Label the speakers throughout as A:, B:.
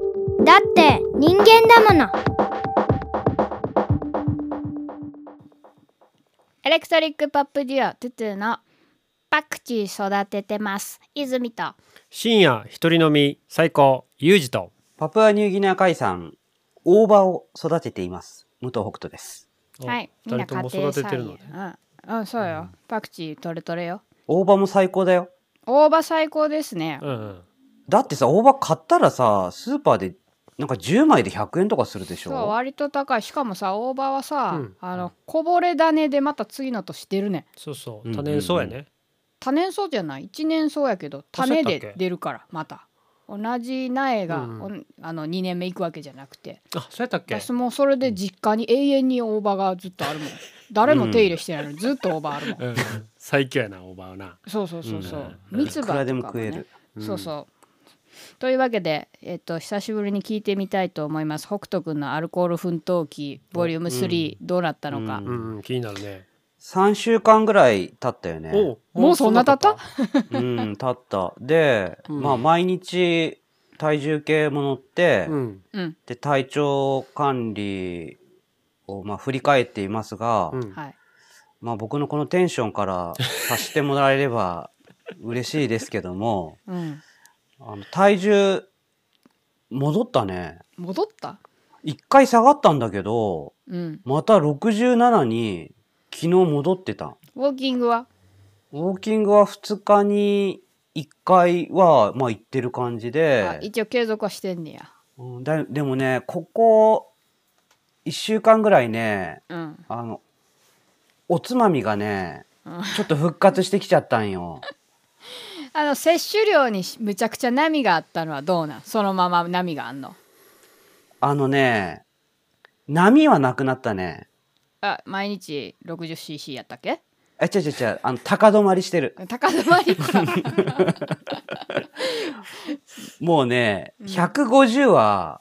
A: って人間だもの
B: エレクトリックポップデュオトゥトゥのパクチー育ててます泉と
C: 深夜一人飲み最高ユージと
D: パプアニューギニア海産、大葉を育てています。武藤北斗です。
B: はいみん
C: 二
B: な
C: 人
B: 家
C: とも
B: 庭
C: 育て
B: 菜
C: てるの
B: 園
C: ね
B: うん、うん、そうよ、パクチーとれとれよ
D: 大葉も最高だよ。
B: 大葉最高ですね、
C: うんうん
D: だってさ、大葉買ったらさ、スーパーでなんか10枚で100円とかするでし
B: そう
D: ょ
B: 割と高いしかもさ大葉はさ、
C: うん
B: あのこぼれ種でまた次の年出るね
C: そうそ
D: うん
C: う
D: うん
C: 多
D: うん
C: 年そうやね
B: 多年草じゃない一年草やけど
C: あそうや
B: 種
C: ったっ
B: で
C: け
B: 出るからまた同じ苗が、
C: うん
B: おんあの2年目いくわけじゃなくて
C: あそうやったっけ
B: 私もうそれで実家に永遠に大葉がずっとあるもん誰も手入れしてないのにずっと大葉 あるもん、
C: うんうん最強やなおばはな
B: そうそうそうそう、
C: うん
B: 蜜
D: い
B: 葉と
D: く
B: から
D: で
B: ね
D: も食える。
B: そうそう。というわけで、えっと久しぶりに聞いてみたいと思います。北斗くんのアルコール奮闘記ボリューム3、どうなったのか。
D: う
C: うんうん気になるね
D: 3週間ぐらい経ったよね。
C: お
B: もうそんな経った
D: うん、経った。で、
C: うん
D: まあ毎日体重計も乗って、
C: うん
B: うん、
D: で、体調管理をまあ振り返っていますが、
C: うん
B: はい。
D: まあ僕のこのテンションから察してもらえれば嬉しいですけども、
B: うん。
D: あの体重戻ったね
B: 戻った？
D: 一回下がったんだけど
B: うん。
D: また67に昨日戻ってた
B: ウォーキングは？
D: ウォーキングは2日に1回はまあ行ってる感じ
B: あ
D: で、
B: 一応継続はしてんねや。
D: うんだでもねここ1週間ぐらいね
B: うん。
D: あのおつまみがね
B: うん
D: ちょっと復活してきちゃったんよ
B: あの摂取量にしむちゃくちゃ波があったのはどうなん？そのまま波があんの？
D: あのね波はなくなったね
B: あ毎日 60cc やったっけ？
D: え違う違う違うあの高止まりしてる
B: 高止まりか。
D: もうね、
B: うん
D: 150は、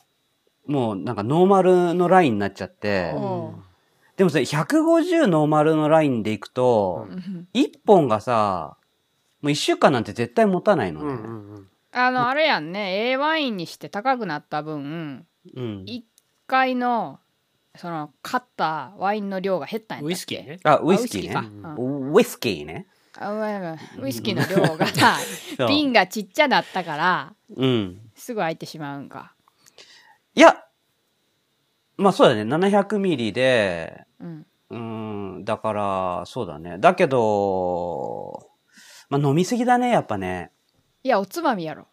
D: もうなんかノーマルのラインになっちゃって、
B: おう
D: でもそれ150ノーマルのラインでいくと、
B: うん
D: 1本がさ、もう1週間なんて絶対持たないの
C: うんう
D: ね。
C: んうん
B: あのあれやんね A ワインにして高くなった分
D: うん。
B: 一回のその買ったワインの量が減ったんやったっけ
C: ウイスキーね
D: あ、
B: あ
D: ウイスキー
B: か
D: ね。
B: うん
D: ウイスキーね。
B: あごめんごめんウイスキーの量が
D: そう
B: 瓶がちっちゃなったから
D: うん。
B: すぐ空いてしまうんか、
D: いや、まあそうだね、700ミリで、
B: うん、
D: うん、だから、そうだね。だけど、まあ飲みすぎだね、やっぱね。
B: いやおつまみやろ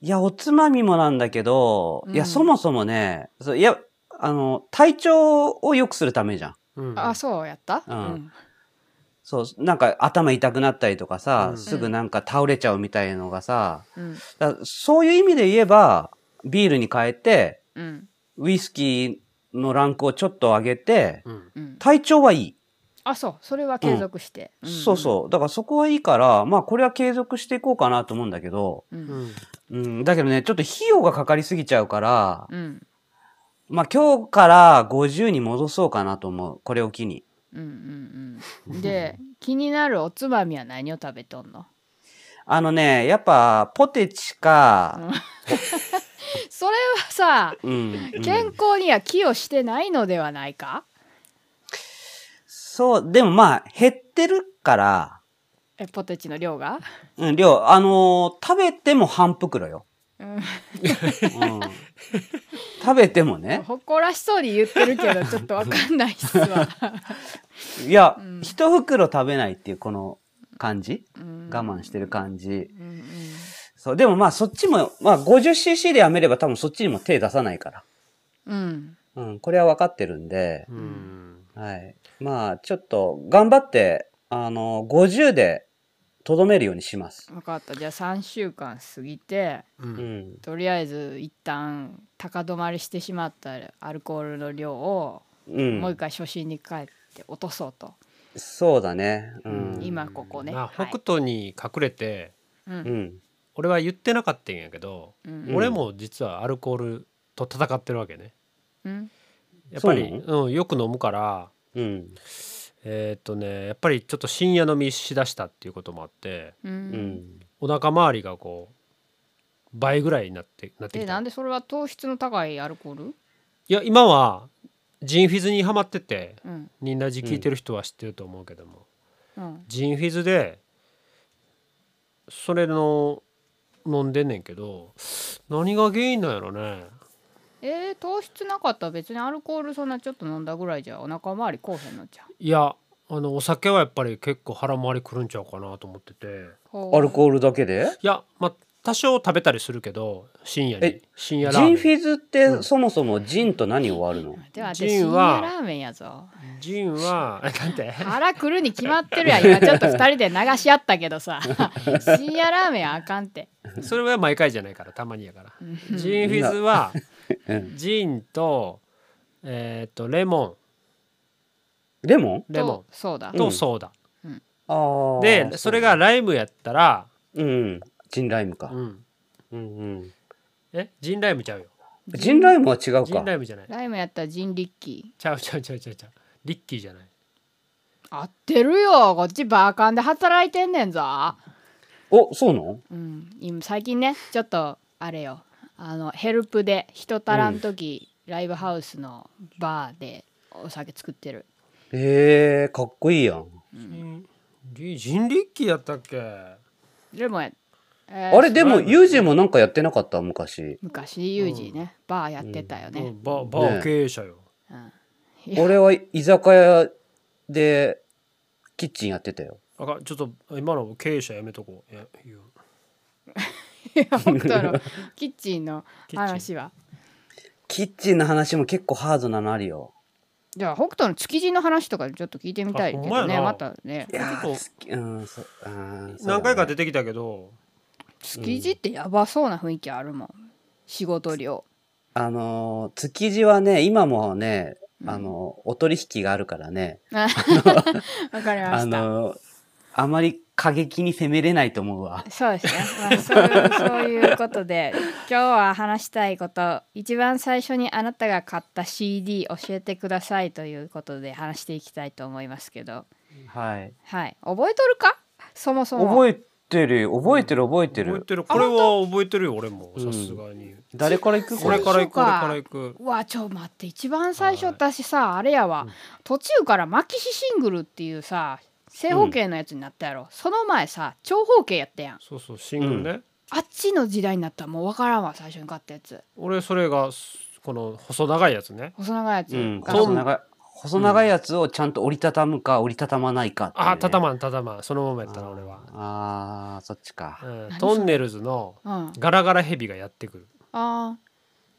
D: いや、おつまみもなんだけど、いや、
B: うん
D: そもそもね、そういや、あの、体調を良くするためじゃん。
C: うん
B: あそうやった、
D: うんそう、なんか頭痛くなったりとかさ、
C: うん
D: すぐなんか倒れちゃうみたいのがさ、
B: うんうん
D: だそういう意味で言えば、ビールに変えて、
B: うん
D: ウイスキーのランクをちょっと上げて、
C: うん
B: うん
D: 体調はいい。
B: あそうそれは継続して、
D: そうそう。だからそこはいいから、まあこれは継続していこうかなと思うんだけど、
B: うん、う
C: うんん
D: うん、だけどね、ちょっと費用がかかりすぎちゃうから、
B: うん
D: まあ今日から50に戻そうかなと思う。これを機に。
B: うんうんうん で気になるおつまみは何を食べとんの
D: あのね、やっぱポテチか、
B: それはさ
D: うん。うん
B: 健康には寄与してないのではないか、
D: そう、でもまあ減ってるから、
B: えポテチの量が、
D: うん、量、あのー食べても半袋よ。
B: うん、
D: うん、食べてもね。
B: 誇らしそうに言ってる けどちょっとわかんないっすわ、
D: いや、
B: うん
D: 一袋食べないっていうこの感じ
B: うん
D: 我慢してる感じ。
B: うんうん
D: そう、でもまあそっちも、まあ 50cc でやめれば多分そっちにも手出さないから。
B: うん
D: うん、これは分かってるんで。
C: うん
D: はい。まあ、ちょっと、頑張って、あの、50で、とどめるようにします。
B: 分かったじゃあ3週間過ぎて
C: う
D: うんん。
B: とりあえず一旦高止まりしてしまったアルコールの量を
D: うん。
B: もう一回初心に帰って落とそうと、
D: そうだね。うん。
B: 今ここね
C: まあ
B: はい
C: 北斗に隠れて
B: うん
D: うん。
C: 俺は言ってなかったんやけど
B: うん
D: ん
C: 俺も実はアルコールと戦ってるわけね
B: うん
C: やっぱり
D: そうな
C: うんよく飲むから
D: うん。
C: えーっとねやっぱりちょっと深夜飲みしだしたっていうこともあって
B: う
D: うんん。
C: お腹周りがこう倍ぐらいになってなって
B: え
C: き
B: な
C: た
B: んでそれは糖質の高いアルコール
C: いや今はジンフィズにハマってて
B: うん
C: ニンラジ聞いてる人は知ってると思うけども、
B: うん
C: ジンフィズでそれの飲んでんねんけど何が原因なんやろね
B: えー、糖質なかったら別にアルコールそんなちょっと飲んだぐらいじゃお腹周りこうへんのじゃ
C: いやあのお酒はやっぱり結構腹回りくるんちゃうかなと思ってて
B: ア
D: アルコールだけで
C: いやまあ多少食べたりするけど深夜に
D: え
C: 深夜ラ
D: ジ
C: ーメ
D: ン
C: ン
D: フィズってそもそもジンと何を割るの
B: では私
C: ジ
B: 深
C: ン
B: 夜
C: は
B: ラーメンやぞ
C: ジンはえ なんて
B: 腹くるに決まってるやん今ちょっと2人で流し合ったけど さ深夜ラーメンあかんって
C: それは毎回じゃないからたまにやから
B: うん
C: ジンフィズは
D: うん
C: ジンとえっとレモ
D: レモン
C: ンレモ
B: とそうだ
C: ンとソーダ
D: あー
C: でそれが、ライムやったら
D: うん、ジンライムか
C: う。ん
D: うんうん
C: えジンライムちゃうよ
D: ジンライムは違う
C: ジン
D: か
C: ラ。イムじゃない
B: ライムやったらジンリッキー
C: ちゃうちゃうちゃうちゃうちゃうリッキーじゃない
B: 合ってるよこっちバーカンで働いてんねんぞ
D: お、そうなの
B: うん、今最近ねちょっとあれよあのヘルプで人足らん時、ライブハウスのバーでお酒作ってる
D: へえ、かっこいいやん。
C: ジジンリッキーやったっけ
B: でも、えー
D: あれ、でも、ユージもなんかやってなかった昔。
B: 昔ユージね、バーやってたよ
C: う
B: ね、
C: んババー経営者よ
B: いや
D: 俺は居酒屋でキッチンやってたよ。
C: あかんちょっと今の経営者やめとこういや言う
B: いや北斗のキッチンの話は
D: キッチンの話も結構ハードなのあるよ。
B: じゃあ北斗の築地の話とかちょっと聞いてみたいけ
C: あほん
B: ど
C: まや
B: ね
C: な
B: またね
D: いやー、
C: 結構
D: 好きうん、そあーそうだね
C: 何回か出てきたけど
B: 築地ってやばそうな雰囲気あるもん仕事量
D: あのー、築地はね、今もね、
B: うん
D: あのー、お取引があるからね、
B: わかりま
D: あ
B: した
D: のー、あまり過激に攻めれないと思うわ。
B: そうですね、まあ、そう いうそういうことで今日は話したいこと一番最初にあなたが買った CD 教えてくださいということで話していきたいと思いますけど
D: はい。
B: はい覚えとるかそもそも
D: 覚えてるよ覚えてる覚えて
C: 覚え
D: る。
C: てるこれは覚えてるよ俺も
D: うん
C: さすがに
D: 誰から行くこ
C: こ
D: れ
C: れ
B: そう
C: から行くこ
B: そう
C: れ
B: か
C: から行く
B: うわちょ待って一番最初
C: はい
B: 私さあれやわ、途中から「マキシシングル」っていうさ正方形のやつになったやろ、その前さ長方形やったやん
C: そうそうシングルね
B: あっちの時代になったらもう分からんわ最初に買ったやつ
C: 俺それがこの細長いやつね
B: 細長いやつ、
D: うん、
B: が
D: 細長い。細長いやつをちゃんと折りたたむか折りたたまないかっていうね、
C: あ畳まん畳まんそのままやったな俺は
D: あーそっちか。
C: うん
B: 何それ
C: トンネルズの
B: うん、
C: ガラガラヘビがやってくる
B: あー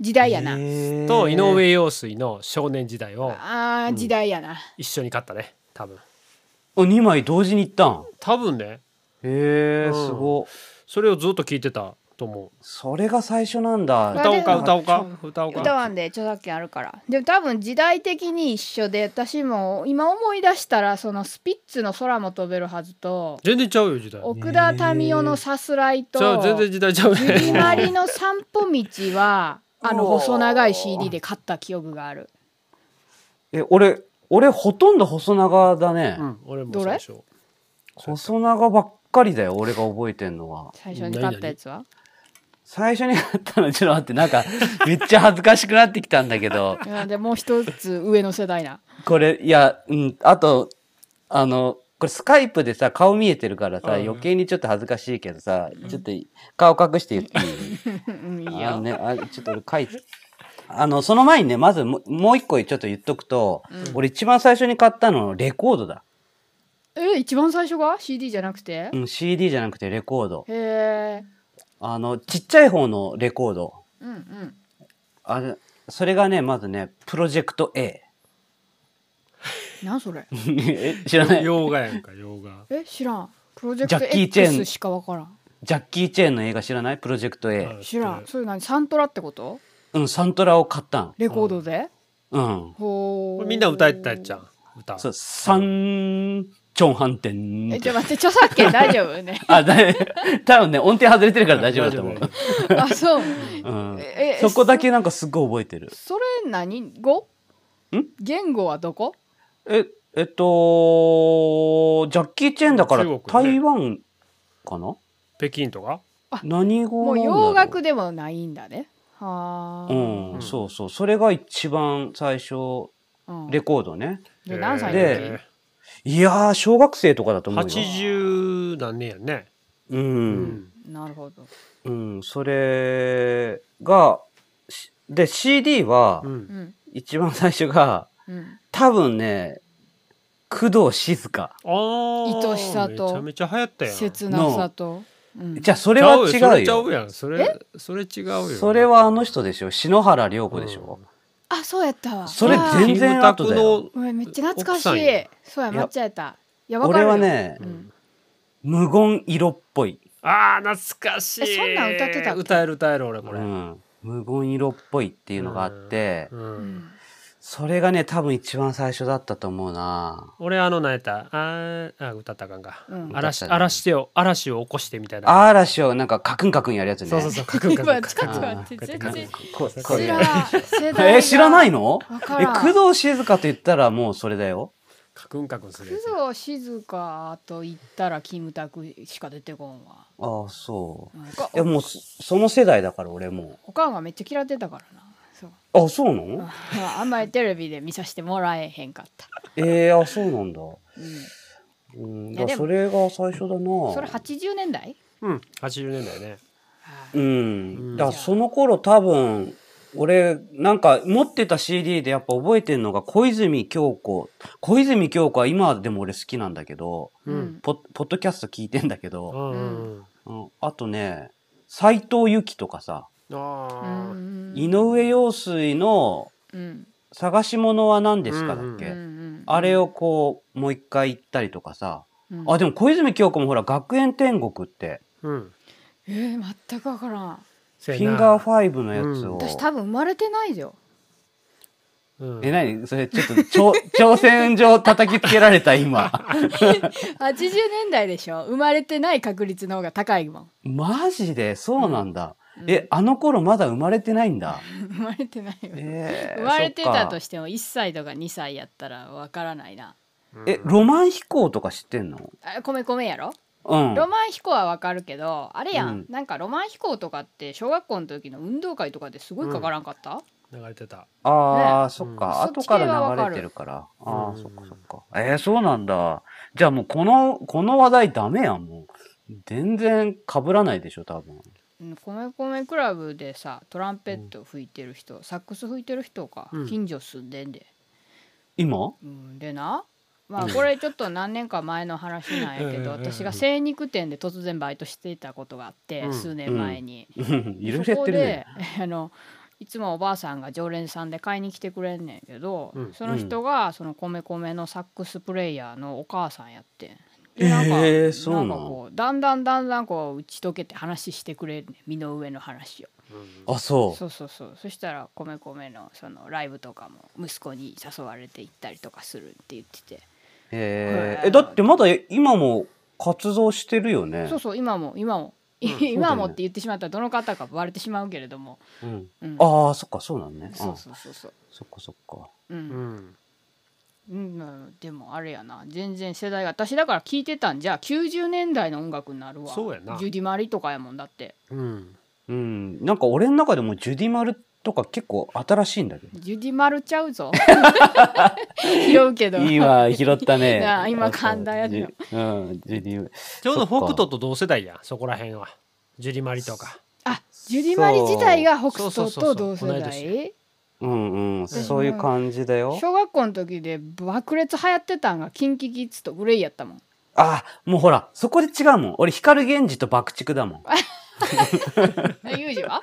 B: 時代やな、
D: へー
C: と井上陽水の少年時代を
B: あー時代やな、
C: 一緒に買ったね多分
D: お二枚同時に行ったん。
C: 多分ね
D: へえ、
C: うん
D: すご。
C: それをずっと聞いてたと思
D: それが最初なん
C: う
B: あ
D: だ。
C: 歌おうか
B: でも
C: 歌おうか
B: そ
C: 歌おう
B: 歌
C: か
B: わんで著作権あるからでも多分時代的に一緒で私も今思い出したらそのスピッツの空も飛べるはずと
C: 全然ちゃうよ時代
B: 奥田民生のさすらいと
C: ちゃう全然時代ちゃう
B: ゆり
C: ね
B: まりの散歩道 はあの
D: うおー
B: 細長い CD で買った記憶がある
D: え、俺、俺ほとんど細長だね。
C: うん俺も最初
D: 細長ばっかりだよ、俺が覚えてんのは。
B: 最初に買ったやつは
D: 最初に買ったの、ちょっと待って、なんか、 めっちゃ恥ずかしくなってきたんだけど。
B: うんでもう一つ上の世代な
D: これ、いや、うん、あと、あの、これスカイプでさ、顔見えてるからさ、
C: うん
D: 余計にちょっと恥ずかしいけどさ、ちょっと顔隠して言ってい
B: うんいい
D: いあの
B: よ、
D: ね、あちょっと俺書いて。あの、その前にね、まずももう一個ちょっと言っとくと、俺一番最初に買ったのレコードだ。
B: え一番最初が CD じゃなくて、
D: うん、CD じゃなくてレコード。
B: へえ
D: あの、ちっちゃい方のレコード。
B: うんうん
D: あれ、それがね、まずね、プロジェクト A。
B: なんそれ
D: え知らないジ
C: 洋画やんか洋画
B: え知らんプロジェクト
D: ジャッキーチェーン
B: X しかわからん
D: ャッキー・チェーンの映画知らないプロジェクト A。
C: はい
B: 知らんそれ何サントラってこと
D: うん、サントラを買ったん。
B: レコードで、
D: うん。
B: ほ
C: こ
B: ー
C: れみんな歌えてたやっちゃん歌
D: そう、三、チョンハンテン
B: え。ちょっと待って著作 権大丈夫ね
D: あ、だ、多分ね、音程外れてるから大丈夫だと思
C: 大丈
D: う。
B: あそう
D: うん
B: ええ
D: そこだけなんかすっごい覚えてる。
B: それ何語
D: ん
B: 言語はどこ
D: え、えっと、ジャッキー・チェンだから
C: 中国ね
D: 台湾かな
C: 北京とか
D: 何語
B: もう
D: なんだろう
B: 洋楽でもないんだね。はあ。
D: うん、
C: ん
D: そうそう。それが一番最初、
B: うん
D: レコードね。
B: で何歳の
C: で
B: 時？
D: いやー、小学生とかだと思うよ。
C: 80何年やね
D: う。
C: うんん
B: なるほど。
D: うん、それが、しで、CD は
C: う、
B: うんん
D: 一番最初が、
B: うん。
D: 多分ね、工藤静香。
C: あー
B: 愛しさと
C: めちゃめちゃ流行ったやん
B: 切なさと。うん
D: じゃあ、それは違う
C: ちゃ
D: よ
C: う。やんそれそれ違うよ
D: それはあの人でしょ。篠原涼子でしょ。
B: あそうやったわ。
D: それ
B: あー
D: 全然後だよ
C: キム
B: うわめっちゃ懐かし
C: 奥さん
B: い
C: や。
B: そうや
D: いや
B: 間違えた。いやわかる
D: 俺
B: よ
D: は。ね、
B: うん
D: 無言色っぽい。
C: タクのあー懐かしい
B: えそんなん歌ってたっけ
C: 歌える歌える俺こ
D: う
C: れ、
D: ん。無言色っぽいっていうのがあって、
C: う
B: うんん
D: それがね、多分一番最初だったと思うな。
C: 俺あの何やったあーあ歌ったらあかんか、
B: うん
C: 嵐
D: 歌ったらあかん
C: 嵐してよ嵐を起こしてみたいな
D: 嵐をなんかカクンカクンやるやつね。
C: そうそうそうカクンカクン
B: 今ちょっと
D: 待
B: って全然
D: ここ
B: 知
D: れ
B: らん世代が
D: え、知らないの
B: わか
D: え、
B: らん
D: 工藤静香と言ったらもうそれだよ。
C: カクンカクンするやつ
B: 工藤静香と言ったらキムタクしか出てこんわ。
D: ああ、そう。
B: なんか
D: いや、もうそ、その世代だから俺も
B: おかんがめっちゃ嫌ってたからな。そう。
D: う。あ、そうなの
B: ああんまりテレビで見させてもらえへんかった。
D: えー、あ、そうなんだ。
B: うん、
D: うん、
B: い
D: だ
B: や
D: か
B: で
D: ら
B: も
D: それが最初だな。
B: それ80年代
C: うん80年代ね
D: う。
C: うんん
D: だからその頃多分、俺、なんか持ってた CD でやっぱ覚えてんのが小泉京子。小泉京子は今でも俺好きなんだけど、
C: うん
D: ポッポッドキャスト聞いてんだけど、
C: うんうん
D: うんあとね、斎藤由貴とかさ、
C: あー
D: 井上陽水の
B: うん
D: 探し物は何ですか
C: う
D: だ
C: ん
D: っ
C: うん
D: け、
B: うん
D: あれをこう、もう一回行ったりとかさ。
B: うん
D: あ、でも小泉京子もほら、学園天国って、
C: うん
B: えー、全くわからん
C: フ
D: フィンガーファイブのやつを。
B: 私多分生まれてないよ
C: うん
D: え、なにそれ、ちょっと、ちょ 挑戦状叩きつけられた、今。
B: 80年代でしょ生まれてない確率の方が高いもん
D: マジで、そうなんだ。
B: うん
D: え、あの頃まだ生まれてないんだ。
B: 生まれてないよ、
D: えー
B: 生まれてたと
D: そっか
B: しても1歳とか2歳やったらわからないな
D: え、ロマン飛行とか知ってんの
B: あ米米やろ、
D: うん。
B: ロマン飛行はわかるけどあれやん、
D: うん
B: なんかロマン飛行とかって小学校の時の運動会とかですごいかからんかった、
C: 流れてた
D: ああ、そっ
B: うん
D: か。
B: そっ
D: 後
B: ち系は
D: から
B: わか
D: 流
B: る
D: れてるから。あ
C: う
D: あ、
C: ん
D: そっかそっか。えー、そうなんだ。じゃあもうこの、この話題ダメやん、もう。全然被らないでしょ、多分。
B: うん米米クラブでさトランペット吹いてる人、サックス吹いてる人が
C: うん
B: 近所住んでんで、
D: 今
B: うん、でなまあ
D: うん
B: これちょっと何年か前の話なんやけど
C: うんうんうん
B: 私が精肉店で突然バイトしていたことがあって、
C: うん
B: 数年前に、
D: うんいろい
B: そ
D: ろやっ
B: こ
D: てるね
B: で。 あのいつもおばあさんが常連さんで買いに来てくれんねんけど、
C: うん
B: その人がその米米のサックスプレイヤーのお母さんやってん
D: え
B: で
D: ー
B: なんか,、
D: そうなん
B: かこうだんだんだんだんこう打ち解けて話してくれるねん身の上の話を。
D: あ、そ
B: そうそうそうそしたら米米のそのライブとかも息子に誘われて行ったりとかするって言ってて、
D: う。へ
B: は
D: ー
B: い
D: え、だってまだ今も活動してるよね
B: そう。そう今も今も、 今もって言ってしまったらどの方かバレてしまうけれども、
D: うん
B: うん、
D: ああ、そっか、そうなんね。うん
B: そうそうそうそう
D: そっかそっか。
B: う、
C: うんん
B: うんでもあれやな全然世代が私だから聞いてたんじゃ90年代の音楽になるわ
C: そうやな
B: ジュディ・マリとかやもんだって
C: うん
D: うん。なんか俺の中でもジュディマルとか結構新しいんだけ
B: ジュディ・マルちゃう ぞ拾うけど
D: ど。今拾ったね
B: なあ。今噛んだやつ
D: ジュうん、ジュディ。
C: ちょうど
D: そっ
C: 北
D: か
C: 斗と同世代やんそこら辺はジュリマリとか
B: あジュディ・マリ自体が北
C: そ
B: 斗
C: うそうそ
B: と
C: うそ
B: 同
C: う
B: 世
C: 同い年
B: 代
D: うんうん、そういう感じだよ。
B: 小学校の時で爆裂流行ってたんがキンキキッズとグレイやったもん
D: あ、もうほら、そこで違うもん。俺、光源氏と爆竹だもん。
B: えユージは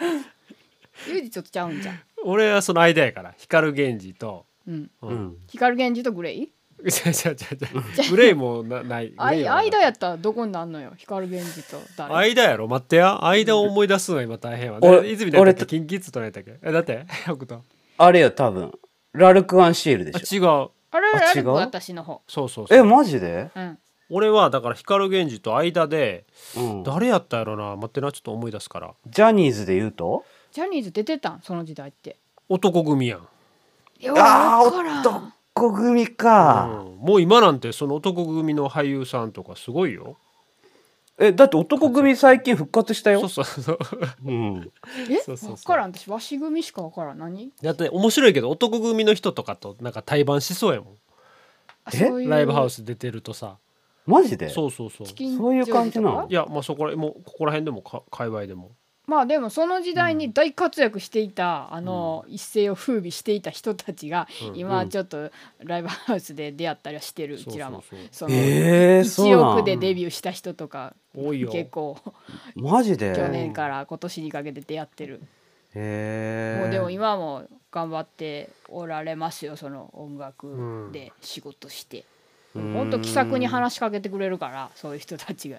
B: ユージちょっとちゃうんじゃん
C: 俺はその間やから光源氏と
B: うん
D: う。
C: うん
B: 光源氏とグレイ
C: 違う違う違 う違うグレイもなないグ
B: あ
C: レイ
B: い
C: はない
B: 間やったらどこになんのよ光源氏と誰
C: 間やろ待ってや間を思い出すのが今大変やわ
D: 俺
C: で泉だったっ
D: 俺と
C: けキンキッズと何やったっけえだって北斗
D: あれよ、多分。ラルクアンシールで
C: あ
D: しょ。
C: 違う
B: あれあ
D: 違
B: れ
D: う
B: 私の方
C: そうそうそう
D: え、マジで
B: うん
C: 俺はだから光源氏と間で
D: うん。
C: 誰やったやろな待ってなちょっと思い出すから
D: ジャニーズで言うと
B: ジャニーズ出てたんその時代って
C: 男組やん、
B: いや
D: あ
B: わ
D: ー
B: からん
D: 男組
C: う
D: か。
C: ん、もう今なんてその男組の俳優さんとかすごいよ
D: え、だって男組最近復活した
C: そ
D: よ
C: う。そうそう
D: うん。
B: え
C: そうそうそう
B: わからん私鷲組しかわからん何
C: だって面白いけど男組の人とかとなんか対バンしそうやも
B: あ
D: え
B: そうい
C: ん
B: う
C: ライブハウス出てるとさ
D: マジで
C: そうそうそう
B: チキン
D: そういう感じなの
B: 料理と
C: いやまあそこらもうここら辺でもか界隈でも
B: かまあでもその時代に大活躍していた、あの一世を風靡していた人たちが、
C: うん
B: 今ちょっとライブハウスで出会ったりはしてるうちらも
C: そうそう
B: その
D: えー、そう
B: 1
D: な
B: 億
D: ん
B: でデビューした人とか
C: そう多いよ
B: 結構
D: マジで
B: 去年から今年にかけて出会ってる、
D: へえ
B: もうでも今も頑張っておられますよその音
C: う
B: 楽
C: ん
B: で仕事して、
D: うん
B: ほんと気さくに話しかけてくれるからそういう人たちが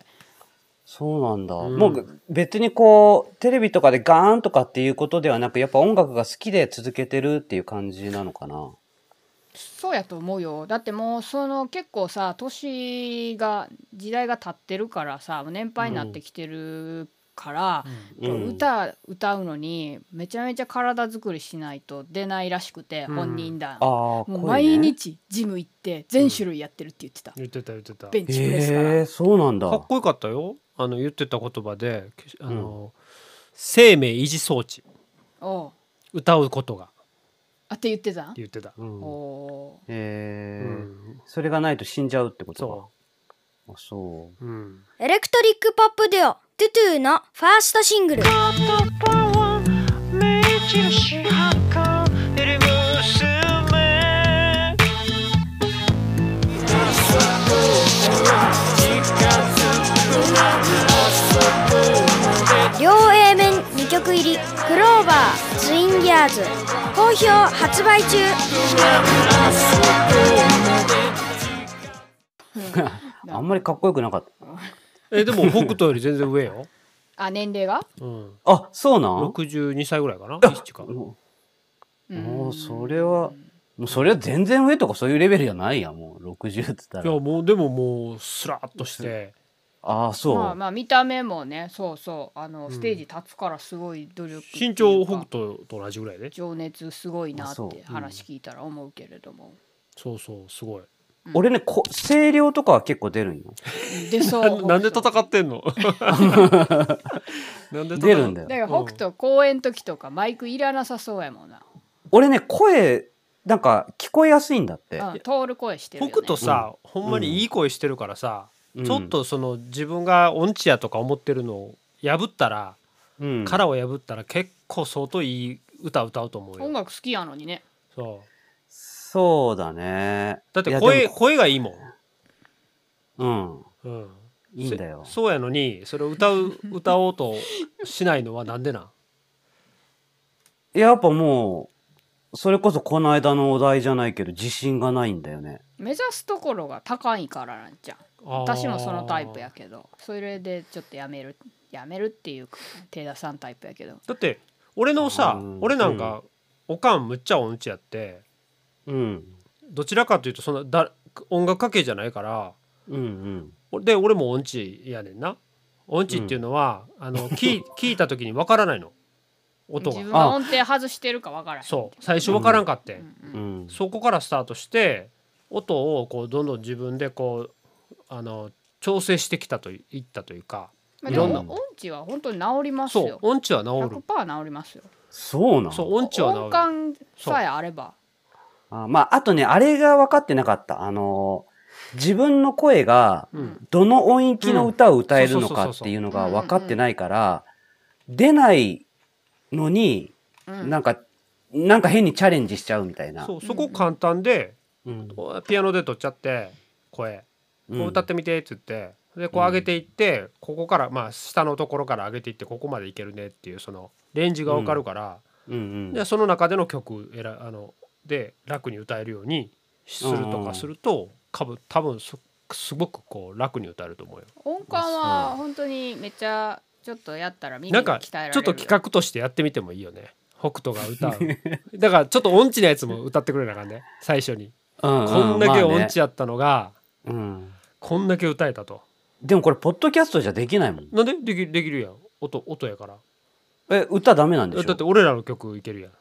D: そうなんだ、
C: うん
D: もう別にこうテレビとかでガーンとかっていうことではなくやっぱ音楽が好きで続けてるっていう感じなのかな
B: そうやと思うよだってもうその結構さ年が時代が経ってるからさ年配になってきてるから、
D: うん
B: 歌歌うのにめちゃめちゃ体作りしないと出ないらしくて、
C: うん
B: 本人だ
D: あー
B: もう
D: 声ね
B: 毎日ジム行って全種類やってるって言ってた、
C: 言ってた言ってた
B: ベンチプレスから、
D: へえそうなんだ
C: かっこよかったよあの言ってた言葉でけしあの、生命維持装置
B: おう
C: 歌うことが
B: あって言ってた
C: って言ってた、
D: うん
B: おお
D: へえ
C: うん
D: それがないと死んじゃうってこと
C: そ
D: かあそう
C: う、うん、
A: エレクトリックポップデュオトゥトゥのファーストシングル
E: 目印発行入り娘
A: 両 A 面2曲入り「クローバーツインギアーズ」好評発売中
D: あんまりかっこよくなかった
C: えでも北斗より全然上よ、
B: あ年齢が
C: うん、
D: あそうなん
C: 62歳ぐらいかな17か
D: も
B: う
D: うんもうそれはもうそれは全然上とかそういうレベルじゃないやもう60っつった
C: い
D: ら
C: やもうでももうスラッとして
D: ああそう、
B: まあまあ見た目もねそうそうあの、
C: ん
B: ステージ立つからすごい努力っていうか
C: 身長北斗と同じぐらいで
B: 情熱すごいなっ
D: あそう
B: て話聞いたら思うけれども、
C: そうそうすごい
D: 俺ねこ声量とかは結構出るんよ
B: で
C: な
B: そう
C: なんで
B: 北
C: 戦
B: 斗
C: ってんの なんで戦
D: 出るんだよ
B: だから北斗公演の時とかマイクいらなさそうやもんな、
D: 俺ね声なんか聞こえやすいんだって、
B: うん、通る声してるよ、ね、
C: 北斗さ、ほんまにいい声してるからさ、ちょっとその自分が音痴やとか思ってるのを破ったら、
D: うん
C: 殻を破ったら結構相当いい歌歌うと思うよ。
B: 音楽好きやのにね
C: そう
D: そうだね
C: だっ
D: い
C: て
D: や
C: 声
D: でも
C: 声がいいもん。
D: うん
C: うん、
D: いいんだよ
C: せそうやのにそれを歌 う歌おうとしないのはなんでなん
D: やっぱもうそれこそこの間のお題じゃないけど自信がないんだよね
B: 目指すところが高いからなんじゃん
C: あー
B: 私もそのタイプやけどそれでちょっとやめるやめるっていうか手田さんタイプやけど
C: だって俺のさ
D: うん
C: 俺なんか、おかんむっちゃ音痴やって
D: うん
C: どちらかというとそんなだ音楽家系じゃないから
D: うんうん
C: で俺も音痴やねんな音痴っていうのは、あの聞い 聞いた時にわからないの音
B: 自分
C: が
B: は音程外してるかわからへん
C: そう最初わからんかって、
D: うん
C: そこからスタートして音をこうどんどん自分でこうあの調整してきたといいったというか
B: まあ、
C: い
B: でも
C: ろん
B: 音
C: な
B: 音痴は本当に治ります
C: そう
B: よ
C: 音痴は治
B: 100%
C: る
B: 治りますよ
D: そうな
C: そ
D: の
C: う音痴は
B: 音
C: 治る
B: 感さえあれば
D: あまああとねあれが分かってなかったあの自分の声が
C: うん
D: どの音域の歌を歌えるのかっていうのが分かってないから出ないのに
B: うん
D: なんか、なんか変にチャレンジしちゃうみたいな
C: そうそこ簡単で
D: うん
C: ピアノで取っちゃって声こう歌ってみてっつって、でこう上げていって、ここからまあ下のところから上げていってここまでいけるねっていうそのレンジが分かるから、
D: うんうん
C: でその中での曲選あので楽に歌えるようにするとかすると、かぶ多分すすごくこう楽に歌えると思うよ。
B: 音感は本当にめっちゃちょっとやったら耳
C: な
B: が
C: ん
B: 鍛え
C: かち
B: られる
C: ょっと企画としてやってみてもいいよね。北斗が歌うだからちょっと音痴なやつも歌ってくれなあかんね最初に、
D: うん
C: こんだけ音痴やったのが、
D: うんまあね
C: こんだけ歌えたと
D: うんでもこれポッドキャストじゃできないもん
C: なんでできできるやん音音やから
D: え歌ダメなんで
C: だ
D: し ょ
C: って俺らの曲いけるやん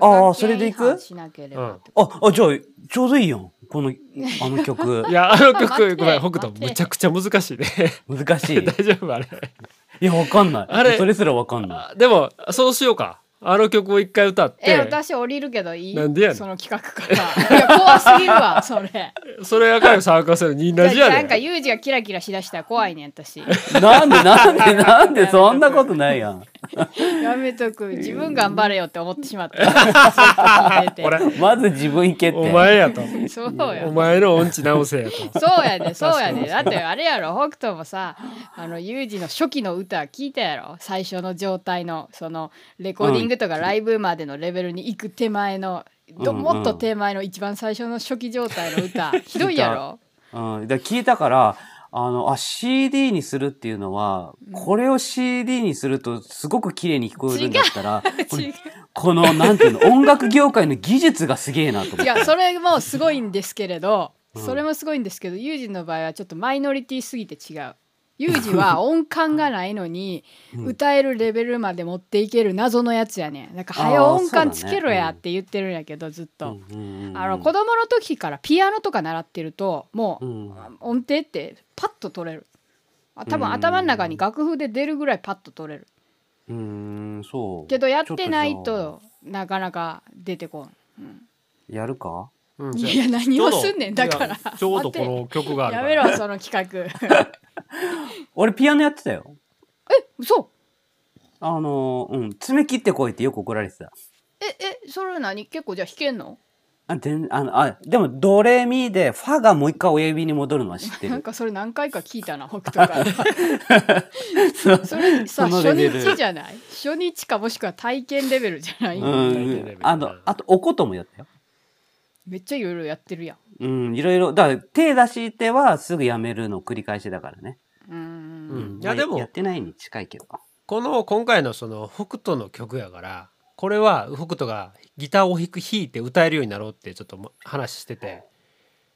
D: ああそれで行く
B: 著作権違反しなければってこと
D: あ、あ、じゃあ、ちょうどいいやん。この、あの曲
C: い。やあの
B: 待って
C: 曲ごめん北
B: 待
C: 斗
B: って
C: むちゃくちゃ難しいね
D: 難しい。
C: 大丈夫あれ
D: いや、わかんない。
C: あれ
D: それすらわかんない。
C: あでもそうしようかあの曲を一回歌っ
B: え、
C: て
B: 私降りるけどいい
C: なんでやねん
B: その企画から。いや、怖すぎる わ、それ。
C: それ赤い参加するに同じや
B: な
C: ね
B: ん
C: ん
B: かユージがキラキラしだしたら怖いねん、私。
D: なんで、なんで、なんで、そんなことないやん。
B: やめとく。自分頑張れよって思ってしま った。ずっと聞いてて
C: これ
D: まず自分行けって。
C: お前やと
B: そう
C: お
B: よ。
C: 前の音痴直せやと
B: そうやで、そうやで。だってあれやろ、北斗もさ、あの、ユージの初期の歌聞いたやろ。最初の状態の、その、レコーディングとかライブまでのレベルに行く手前の、ど
D: うんうん
B: もっと手前の一番最初の初期状態の歌。ひどいやろ。
D: うん、で聞いたから、あの、あ、CD にするっていうのは、これを CD にするとすごく綺麗に聞こえるんだったら、こ
B: 違
D: れ
B: う。
D: この、なんていうの、音楽業界の技術がすげえなと思っ
B: い
D: て。
B: やそれもすごいんですけれど、それもすごいんですけどユージの場合はちょっとマイノリティすぎて違う。ユージは音感がないのに歌えるレベルまで持っていける謎のやつやねん。なんか「
D: あー
B: はよ音感
D: そう
B: つ
D: だね
B: けろや」って言ってるんやけどずっ
D: う
B: と
D: ん。うんうん
B: あの子供の時からピアノとか習ってるともう
D: うん
B: 音程ってパッと取れる。あ多
D: う
B: 分
D: ん
B: 頭の中に楽譜で出るぐらいパッと取れる。
D: うーん、そう。
B: けどやってない
D: ちょっじゃあ。
B: となかなか出てこん。
D: やるか
C: うん
B: いや何をすんねんだから
C: いやちょうどこの曲があるか
B: や
C: ら
B: めろその企 画
D: 俺ピアノやってたよ。
B: 嘘
D: あの、うん、爪切ってこいってよく怒られてた。
B: ええそれ何結構じゃあ弾けんの
D: あ、であの、あ、でも、ドレミで、ファがもう一回親指に戻るのは知って
B: なん
D: る。
B: かそれ何回か聞いたな北斗から
D: そ う
B: それさ
D: その
B: 初
D: レベル
B: 日じゃない初日かもしくは体験レベルじゃない、
D: うん。あの、あと、おこともやったよ。
B: めっちゃいろいろやってるやん
D: うん、いろいろ。だから、手出してはすぐやめるの繰り返しだからね。
B: うーん
C: うん
D: うん
C: いやでも
D: やってないに近いけど。
C: この今回のその北斗の曲やからこれは北斗がギターを弾く弾いて歌えるようになろうってちょっとも話してて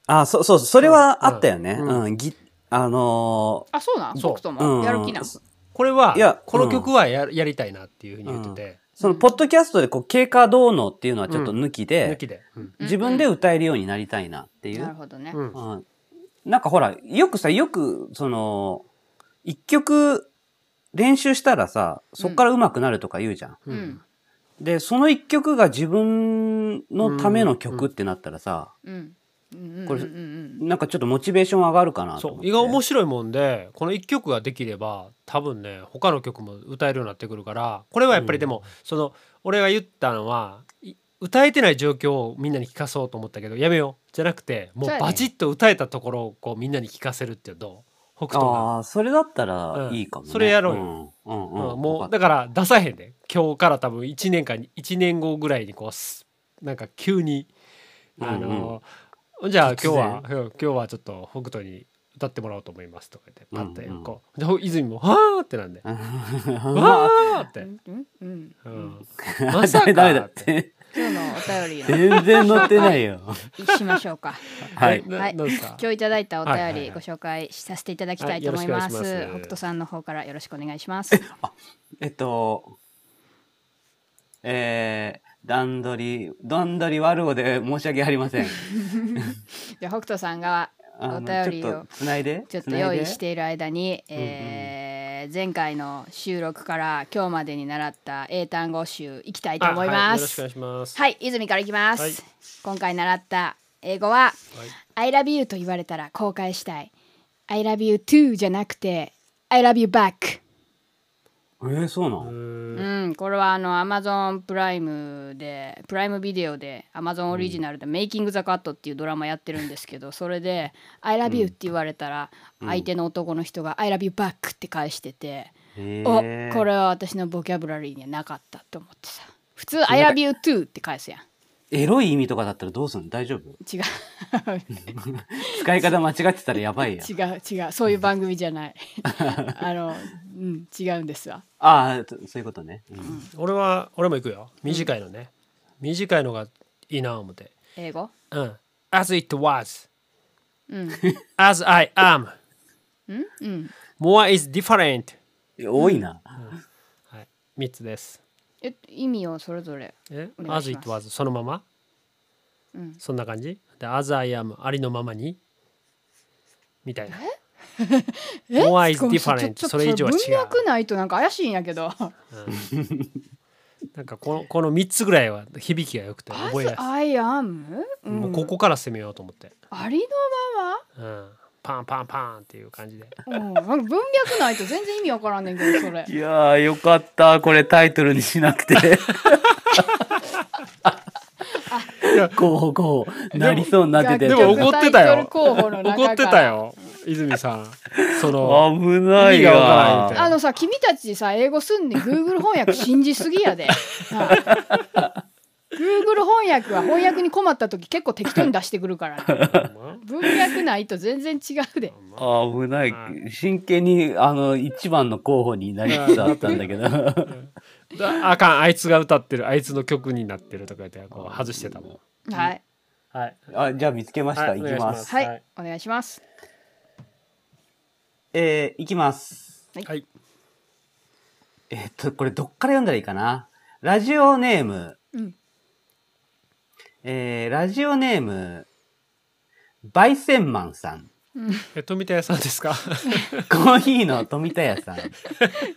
D: あ、そうそうそう、それはあったよね。
C: う
D: うんん、ぎ、あの
B: あそうなん
C: そう
B: 北斗
D: ーう
B: も
D: ん、
B: やる気なん
C: これはい
D: や
C: この曲はややりたいなっていうふうに言ってて、
D: その、ポッドキャストで、こう、経過どうのっていうのはちょっと抜き
C: 抜
D: で、
C: きで、うん
B: うん
D: 自分で歌えるようになりたいなっていう。
B: なるほどね、
C: うん
D: うんなんかほら、よくさ、よく、その、一曲練習したらさ、そっから上手くなるとか言うじゃん。
B: う
C: うんん
D: で、その一曲が自分のための曲ってなったらさ、
B: うんうん
D: これ
B: うんうんうん
D: なんかちょっとモチベーション上がるかなと
C: そ
D: 思っ
C: う
D: て。
C: 胃が面白いもんでこの1曲ができれば多分ね他の曲も歌えるようになってくるからこれはやっぱりでも、その俺が言ったのはい歌えてない状況をみんなに聞かそうと思ったけどやめようじゃなくても
B: そ
C: う
B: うやね
C: バチッと歌えたところをこうみんなに聞かせるっていうどう北斗が、
D: ああ、それだったらいいかもね。
C: うんそれやろう
D: よ。うん、うん、
C: うん
D: うん。
C: もう
D: わかっ
C: だから出さへんで今日から多分1年間1年後ぐらいにこうすなんか急にあの、じゃあ今日はうん今日はちょっと北斗に歌ってもらおうと思いますとか言ってパッて
D: うんうん
C: こう、で泉も「はあ」ってなん で「
D: た
C: わあ」って、
B: うんうん
C: う
B: うん
C: ん、まさ
D: ダメ
C: か
D: ダメだ
C: っ
D: ってて。
B: 今日のお便りの
D: 全然乗ってない よ。
B: しましょうか
D: はい
C: え。な
B: はい
C: なんですか
B: 今日いただいたお便
C: はいはいは
B: り
C: い
B: ご紹介させていただきたいと思います,、
C: はいよろしくお願いします
B: 北斗さんの方からよろしくお願いします
D: えっと、えー、段取り、段取り悪うで申し訳ありません。
B: じゃあ北斗さんが
D: あ
B: お
D: の
B: 便り
D: ちょ
B: を
D: っとつないで。
B: ちょっと
D: つない
B: 用
D: で
B: 意し。ている間に、えー前回の収録から今日までに習った英単語集いきたいと思いま
C: あはいよろしく
B: す。は
C: お願い
B: い、
C: します、
B: 泉からいきます、
C: はい
B: 今回習った英語は
C: は
B: 「
C: い
B: I love you」と言われたら後悔したい「I love you too」じゃなくて「I love you back
D: えー、そうな」
C: う
D: の。
C: ーん
B: うん、これはあの Amazon プライムでプライムビデオで Amazon オリジナルで「メイキング・ザ・カット」っていうドラマやってるんですけ どそれで「I love you」って言われたら相手の男の人が「I love you back」って返してて。
D: え
B: お
D: ー、
B: これは私のボキャブラリーにはなかったと思ってさ普通「I love you too」って返すやん
D: エロい意味とかだったらどうすんの大丈夫
B: 違う
D: 使い方間違ってたらやばいや ん。
B: 違う違うそういう番組じゃない あの、うん、違うんですわ
D: ああ、とそういうことね。うん
C: 俺は俺も行くよ短いのね、短いのがいいな思って
B: 英語
C: うん「as it was
B: うん
C: as I am
B: うんうん
C: more is different
D: 多いな。」
C: はい三つです
B: え意味をそれぞれ
C: え
B: お願い
C: as
B: し
C: it
B: ま
C: was そのまま
B: うん
C: そんな感じで as I am ありのままにみたいな more is
B: ごめんちょちょ
C: different
B: ちょ
C: それ以上は違
B: 文
C: う
B: 脈ないとなんか怪しいんやけど
C: なんかこのこの3つぐらいは響きが良くて覚え
B: As
C: やす
B: I am? う
C: いもうんここから攻めようと思って、
B: ありの
C: うん、パンパンパンっていう感じで
B: まま、うん、なんか文脈ないと全然意味わからんねんけどそれ
D: いやー、よかった。これタイトルにしなくて。こう、こう、なりそうになって て。
C: でも怒ってた
B: 楽曲タイ
C: よ
B: トル候補の中から
C: 怒ってたよ泉さ んその
D: 危ない
C: 意味がわからんみたい
D: わ。
C: な
B: あのさ君たちさ英語すんで Google 翻訳信じすぎ やで、はい、Google 翻訳は翻訳に困った時結構適当に出してくるからね文脈ないと全然違うで
D: 危な。
C: はい
D: 真剣に、あの、一番の候補になりつつあったんだけど。
C: だあかんあいつが歌ってるあいつの曲になってるとか言って こう外してたもん
B: はい
C: はい
D: あじゃあ見つけました。
C: はい
D: い、
C: お
D: き
C: 願いし
D: ま。
C: ますす
B: はい、
C: はい
B: お願いします
D: えー、いきます。
C: はい
D: えーっと、これどっから読んだらいいかな。ラジオネーム。
B: うん
D: えー、ラジオネーム、焙煎マンさん。
C: え富田屋さんですか
D: コーヒーの富田屋さん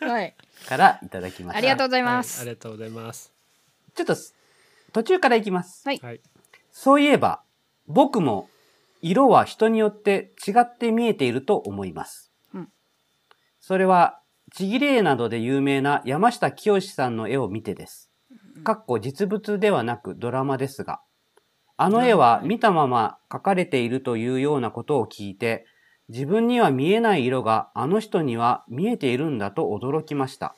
B: はい
D: からいただきました。
B: ありがとうございます、
C: はいありがとうございます
D: ちょっとす、途中からいきます。
B: はい
C: はい
D: そういえば、僕も、色は人によって違って見えていると思います。
B: うん
D: それは、ちぎれ絵などで有名な山下清さんの絵を見てです。かっこ実物ではなくドラマですが、あの絵は見たまま描かれているというようなことを聞いて、自分には見えない色があの人には見えているんだと驚きました。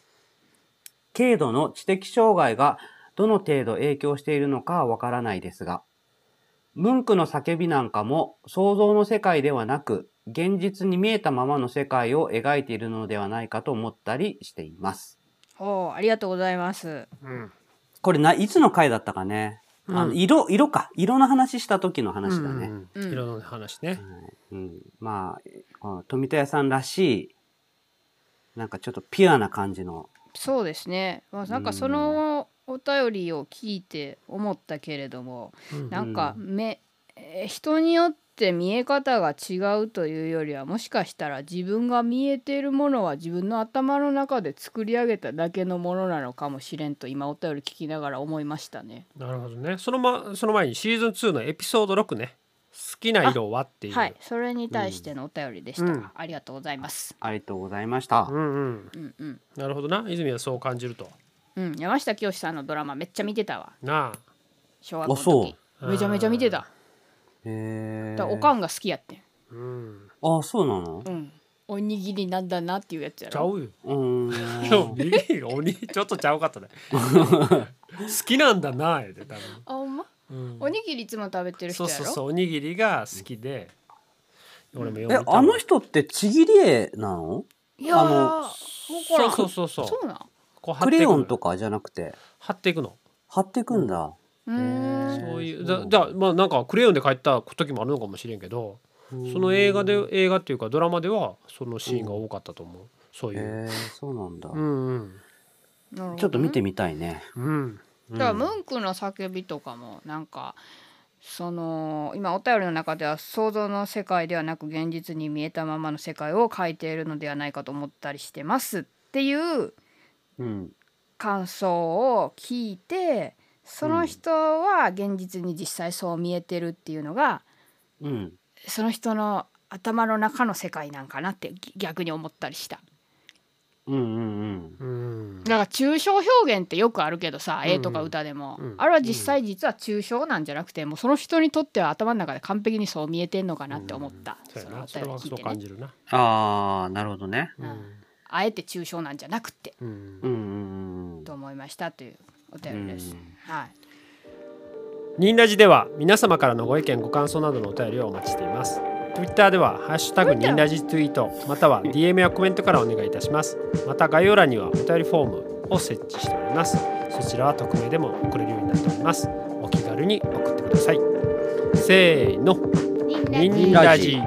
D: 軽度の知的障害がどの程度影響しているのかはわからないですが、ムンクの叫びなんかも想像の世界ではなく、現実に見えたままの世界を描いているのではないかと思ったりしています。
B: おーありがとうございます
C: うん
D: これな、いつの回だったかね、
C: うん
D: あの色、色か。色の話した時の話
C: う
D: だね。
C: んうんうん色の話ね
D: うんまあ、この富田屋さんらしい、なんかちょっとピュアな感じの。
B: そうですね、まあ、なんかそのお便りを聞いて思ったけれども、
C: うん
B: なんか目、えー人によって見え方が違うというよりはもしかしたら自分が見えているものは自分の頭の中で作り上げただけのものなのかもしれんと今お便り聞きながら思いましたね。
C: なるほどねその,、ま、その前にシーズン2のエピソード6ね好きな色はっていう、
B: はい、それに対してのお便りでした、
C: うん
B: ありがとうございます。
D: ありがとうございました
C: う。んうん
B: うんうん
C: なるほどな泉はそう感じると
B: うん、山下清さんのドラマめっちゃ見てたわ
C: なあ
B: 小学校の
D: あそう
B: 時めちゃめちゃ見てた
D: へ
B: だ
D: ー
B: からおかんが好きやってん
C: うん
D: あ、そうなの
B: うん、おにぎりなんだなっていうやつや
C: ちゃ
B: ろ。
C: うよ
D: う ーん。
C: おにぎりおにちょっとちゃうかった ね好きなんだなえで多
B: あ、ほんま。
C: 分、うん
B: おにぎりいつも食べてる人
C: そう
B: やろ。
C: そうそうおにぎりが好きで、俺もよう
D: え
C: 見、たわ
D: あの人ってちぎり絵なの
B: いやー、
D: あの
B: わからん
C: そうそうそうそう
B: そうなん。
C: こう貼っ
D: ク
C: てい
D: レ
C: く
D: ヨ
C: の
D: ンとかじゃなくて、
C: 貼っていくの
D: 貼ってくんだ。
B: うーん。
C: そうい
D: そうう
C: じゃじゃあまあなんかクレヨンで描いた時もあるのかもしれんけどその映画で映画っていうかドラマではそのシーンが多かったと思うそう
D: へ
C: い
D: え
C: う、
D: そうなんだ。
C: うんうん
B: なるほどね
D: ちょっと見て。みたいね。
C: うん
B: だからムンクの叫びとかもなんか。その今お便りの中では想像の世界ではなく現実に見えたままの世界を描いているのではないかと思ったりしてますっていう
D: うん。
B: 感想を聞いてその人は現実に実際そう見えてるっていうのが
D: うん。
B: その人の頭の中の世界なんかなってぎ逆に思ったりした
D: うんうんうん。
C: うん
B: だから抽象表現ってよくあるけどさ、
C: うんうん
B: 絵とか歌でも、
C: うん
B: あれは実際実は抽象なんじゃなくてもうその人にとっては頭の中で完璧にそう見えてんのかなって思った、
C: そうや
B: その
C: な
B: お
C: それ
B: 便り
C: は
B: 聞い
C: そう
B: て
C: 感
B: ね
C: じるな
D: ああ、なるほどね。
C: う
B: うん
C: ん
B: あえて抽象なんじゃなくて
C: うん
D: うんうんうん。
B: と思いましたというお便りです、
D: うん
B: はい
C: ニンラジでは皆様からのご意見ご感想などのお便りをお待ちしています Twitter では「ハッシュタグニンラジツイート」または DM やコメントからお願いいたしますまた概要欄にはお便りフォームを設置しておりますそちらは匿名でも送れるようになっておりますお気軽に送ってくださいせーのニンラジ